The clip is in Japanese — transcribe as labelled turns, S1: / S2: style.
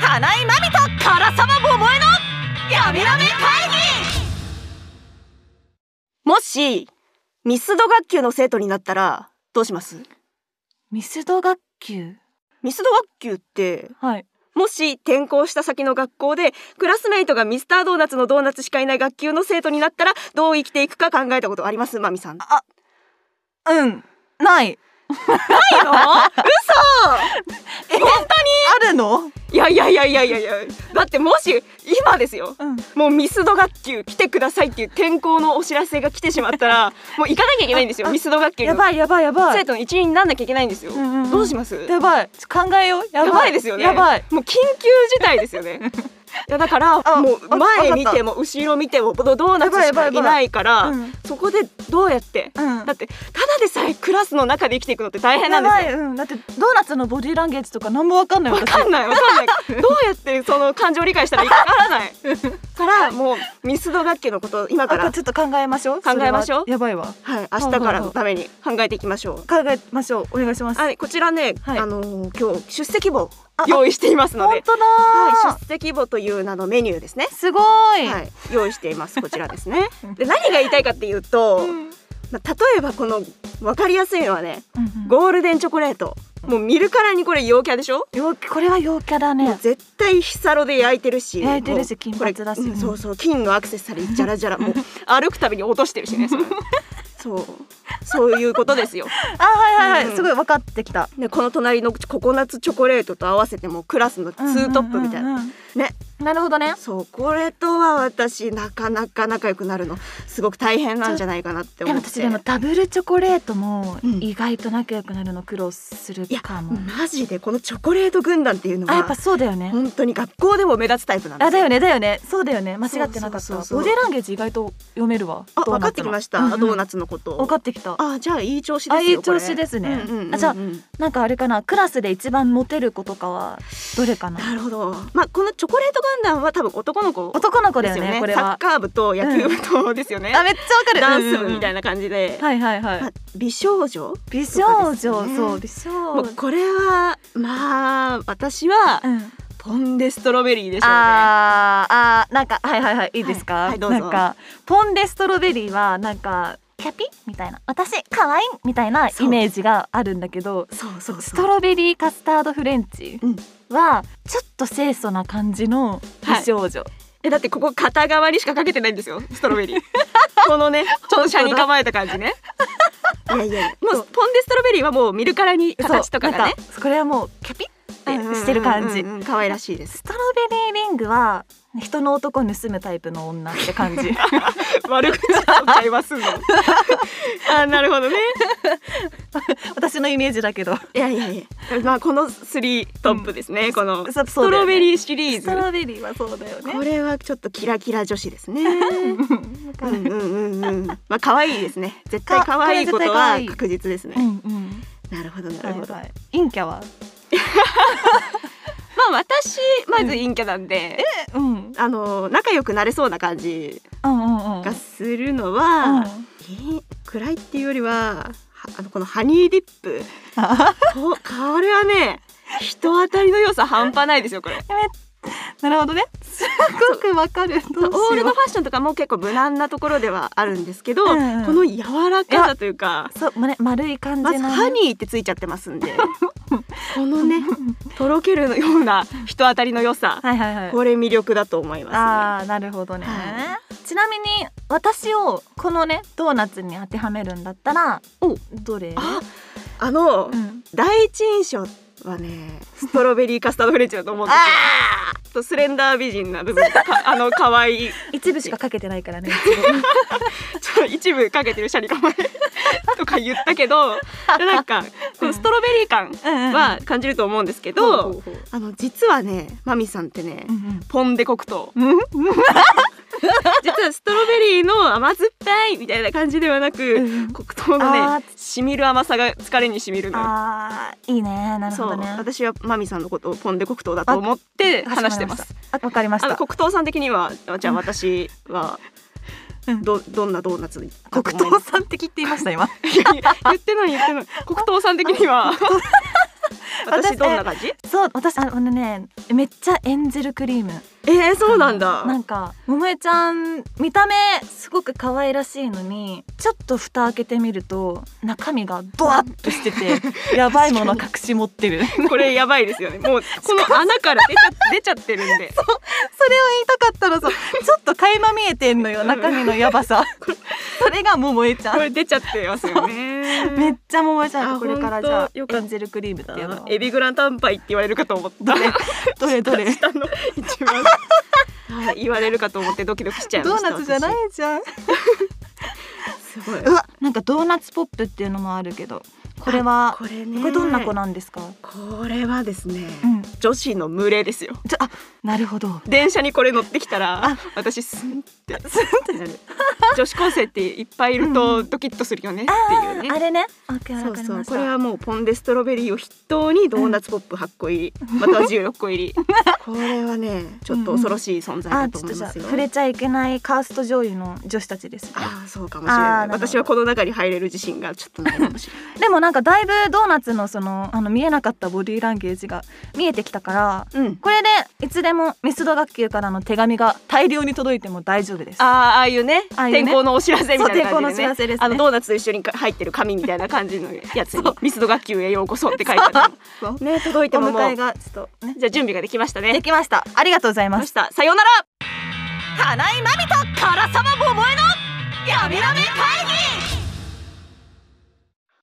S1: 金井真美と唐沢桃江の闇ラメ会議
S2: もしミスド学級の生徒になったらどうします
S1: ミスド学級
S2: ミスド学級って
S1: はい
S2: もし転校した先の学校でクラスメイトがミスタードーナツのドーナツしかいない学級の生徒になったらどう生きていくか考えたことありますマミさんない
S1: うんない
S2: の嘘
S1: え本当にあるの
S2: いやいやいやいやいやいやだってもし今ですよ
S1: うん
S2: もうミスド学級来てくださいっていう転校のお知らせが来てしまったらもう行かなきゃいけないんですよミスド学級
S1: や
S2: の
S1: ばいやばいやば
S2: 生
S1: い
S2: 徒の一員になんなきゃいけないんですよ、
S1: うんうんうん
S2: どうします
S1: やばい考えようやばい
S2: やばいですよね
S1: やばい
S2: もう緊急事態ですよ ねいやだから
S1: あ
S2: もう
S1: わ
S2: 前見
S1: わかってた
S2: も後ろ見てもドーナツ
S1: や
S2: し
S1: ばい
S2: か
S1: やばいやばい
S2: いないから、
S1: うん
S2: そこでどうやって、
S1: うん
S2: だってただでさえクラスの中で生きていくのって大変なんで
S1: や
S2: す
S1: ば
S2: よ
S1: いうんだってドーナツのボディーランゲージとかなんもわかんない
S2: わかんないわかんないどうやってその感情を理解したらいいかわからないからもうミスド学級のことを今か
S1: あ
S2: ら
S1: ちょっと考えましょう
S2: 考えましょう
S1: それはやばいわ
S2: はい明日からのために考えていきましょう
S1: 考えましょうお願いします
S2: はいこちらね、
S1: はい
S2: あのー今日出席簿を
S1: あ
S2: 用意していますの
S1: 本
S2: で
S1: 当だ
S2: はい
S1: ー
S2: 出席簿という名のメニューですね
S1: すごい
S2: はい、用意しています。こちらですね。 で、何が言いたいかっていうと、
S1: うん
S2: まあ、例えば、この分かりやすいのはね。
S1: うんうん
S2: ゴールデンチョコレート、もう見るからにこれ陽キャでしょ。
S1: 陽キこれは陽キャだね
S2: 絶対ヒサロで焼いてるし、
S1: 焼いてるし
S2: もう
S1: 金髪だし
S2: これうん
S1: うん
S2: そうそう、金のアクセサリ ーじゃらじゃら、もう歩くたびに落としてるしね。それそう、そういうことですよ。
S1: あはいはい
S2: うん
S1: はいすごい分かってきた
S2: で、この隣のココナッツチョコレートと合わせても、クラスのツートップみたいな。
S1: うんうんうん
S2: ね、
S1: うんなるほどね
S2: そう、これとは私、なかなか仲良くなるの、すごく大変なんじゃないかなって
S1: で
S2: 思
S1: も
S2: って。
S1: 私でもダブルチョコレートも
S2: うん
S1: 意外と仲良くなるの苦労する
S2: いや
S1: かも、
S2: マジでこのチョコレート軍団っていうの
S1: あやっ
S2: は
S1: ぱそうだよね
S2: 本当に学校でも目立つタイプなんです
S1: あだよねだよねそうだよね間違ってなかった
S2: そうそうそうそう
S1: ボディーランゲージ意外と読めるわ
S2: あ
S1: ドー
S2: 分か
S1: ナ
S2: っ
S1: ツ
S2: て
S1: の
S2: きました、
S1: うんうん
S2: ドーナツのこと
S1: 分かってきた
S2: あじゃあいい調子ですよ
S1: あいい
S2: これ
S1: 調子ですね
S2: うんうんうんうん
S1: あじゃあなんかあれかなクラスで一番モテる子とかはどれかな
S2: なるほどまあこのチョコレート軍団は多分男の子
S1: 男の子
S2: で
S1: だ
S2: す
S1: よ
S2: よ
S1: ね
S2: ね
S1: これ
S2: サッ
S1: は
S2: カー部と野球部とですよね、
S1: あめっちゃわかる
S2: ダンス部みたい
S1: な、
S2: な感じで、
S1: はいはいはい、
S2: まあ、美少女
S1: 美少女
S2: とかですね
S1: そう美少
S2: も
S1: 女
S2: うこれはまあ私は
S1: うん、
S2: ポンデストロベリーでしょうね
S1: あーあーなんかはいはいはいいいですか、
S2: はいはいどうぞ
S1: なんかポンデストロベリーはなんかキャピみたいな私可愛いみたいな
S2: そう
S1: イメージがあるんだけど
S2: そうそう
S1: ス
S2: そ
S1: ト
S2: う
S1: ロベリーカスタードフレンチ
S2: うん
S1: はちょっと清楚な感じの美少女、
S2: えだってここ片側にしかかけてないんですよストロベリ ーこのねちょっと車に構えた感じねいやいやも
S1: そう
S2: うポンデストロベリーはもう見るからに形とかがね
S1: そうなんかこれはもうキャピってしてる感じ
S2: うんうんうんうん可愛らしいです
S1: ストロベリーリングは人の男盗むタイプの女って 感じ
S2: 悪口と会話 すんのあなるほどね
S1: 私のイメージだけど
S2: いやいやいやまあこの3トップですね、この
S1: そ
S2: ス
S1: そう
S2: トロベ
S1: ー
S2: リーシリー
S1: ス
S2: ズ、
S1: トロベリーはそうだよね
S2: これはちょっとキラキラ女子ですね
S1: うん
S2: うんうんうんうんまあ可愛いですね絶対
S1: か
S2: 可愛いこと
S1: これ絶対可
S2: は
S1: 愛い
S2: 確実です
S1: う
S2: ね
S1: んうん
S2: なるほどな
S1: な
S2: る
S1: る
S2: ほ
S1: ほ
S2: ど
S1: ど陰キャは
S2: まあ私まず陰キャなんで、
S1: うんうん
S2: あの仲良くなれそうな感じ
S1: うんうん
S2: がするのは、いい暗いっていうよりははあのこのハニーディッ プ
S1: あ
S2: ここれはね人当たりの良さ半端ないですよこれ
S1: なるほどねすごくわかるどうしよう
S2: オールドファッションとかも結構無難なところではあるんですけど、
S1: うんうん
S2: この柔らかさというか
S1: そうまね丸い感じ
S2: ま
S1: の
S2: ず
S1: ね
S2: ハニーってついちゃってます んでこのね とろけるような人当たりの良さ
S1: はいはいはい
S2: これ魅力だと思いま
S1: あーなるほどね、
S2: は
S1: ちなみに私をこのねドーナツに当てはめるんだったら
S2: お
S1: どれ
S2: すね。ああの、
S1: うん、
S2: 第一印象はねストロベリーカスタードフレンチだと思うんですよ
S1: あ
S2: ちょっとスレンダー美人な部 分かあの可愛い
S1: 一部しかかけてないからね
S2: ちょっと一部かけてるシャリ構えとか言ったけ どなんかこのストロベリー感
S1: は
S2: は感じると思うんですけど、
S1: うんうん
S2: あの実はねマミさんってね、
S1: うん
S2: ポンデ黒 糖実はストロベリーの甘酸っぱいみたいな感じではなく、
S1: うん
S2: 黒糖の
S1: あ
S2: ねしみる甘さが疲れにしみるのよ。
S1: あーいいねなる
S2: そ
S1: ほ
S2: う
S1: どね
S2: 私はマミさんのことをポンデ黒糖だと思って話してます。
S1: あわかりまし
S2: あ
S1: た
S2: の黒糖さん的にはじゃあ私は
S1: うん
S2: どどんなドーナツ
S1: 黒糖さんって言っていました今
S2: 言ってない言ってない黒糖さん的には 私
S1: 私
S2: どんな感じ
S1: そう私あのねめっちゃエンゼルクリーム
S2: えー、そうなんだ
S1: なんか桃江ちゃん見た目すごく可愛らしいのにちょっと蓋開けてみると中身がドワッとしててやばいもの隠し持ってるそれを言い
S2: これやばいですよねもうこの穴から出ちゃ出ちゃってるんで
S1: たかったらさちょっと垣間見えてんのよ中身のやばさそれが桃江ちゃ
S2: こ
S1: ん
S2: れ出ちゃってますよね
S1: めっちゃ桃江ちゃ
S2: あ
S1: んこれからじゃ
S2: ほんとよかっ
S1: あエ
S2: た
S1: ンゼルクリームだ
S2: やば
S1: ない
S2: エビグラタンパイって言われるかと思 った
S1: どれどれどれ
S2: 下の一番はい言われるかと思ってドキドキしちゃい
S1: ド
S2: まし
S1: ー
S2: た
S1: ナツじゃないじゃん
S2: 私すごいう
S1: わなんかドーナツポップっていうのもあるけどこれは
S2: これね
S1: これどんな子なんですか
S2: これはですね、
S1: うん
S2: 女子の群れですよ
S1: ちょあなるほど
S2: 電車にこれ乗ってきたら
S1: あ
S2: 私スンってなる女子高生っていっぱいいる
S1: う
S2: とドキッとするよねっていうね
S1: あれね。オッケー
S2: そ
S1: わ
S2: う
S1: かり
S2: そ
S1: ま
S2: う
S1: した。
S2: これはもうポン・デ・ストロベリーを筆頭にドーナツポップ8個入り、または16個 入りこれはねちょっと恐ろしい存在だ
S1: あち
S2: と
S1: ょっ
S2: 思
S1: と
S2: い
S1: じゃ
S2: ま
S1: あ
S2: すよ
S1: 触れちゃいけないカースト上位の女子たちですね。
S2: ああそうかもしれな
S1: あ
S2: い
S1: ーなるほど
S2: 私はこの中に入れる自信がちょっとないかもしれない
S1: でもなんかだいぶドーナツのそのあの見えなかったボディーランゲージが見えてきたから。
S2: うん
S1: これでいつでもミスド学級からの手紙が大量に届いても大丈夫です。
S2: ああああいうね
S1: ああいうね
S2: 天候のお知らせみたいな感じで、ね、
S1: そう天候のお知らせですね
S2: あのドーナツと一緒に入ってる紙みたいな感じのやつにミスド学級へようこそって書いてある
S1: そう
S2: ね届い
S1: お
S2: てもも
S1: 迎え
S2: う
S1: がちょっとね
S2: じゃあ準備ができましたね
S1: できました。ありがとうございま。
S2: ますしたさようなら
S1: 花井まみと唐沢桃江のやめらめ会議。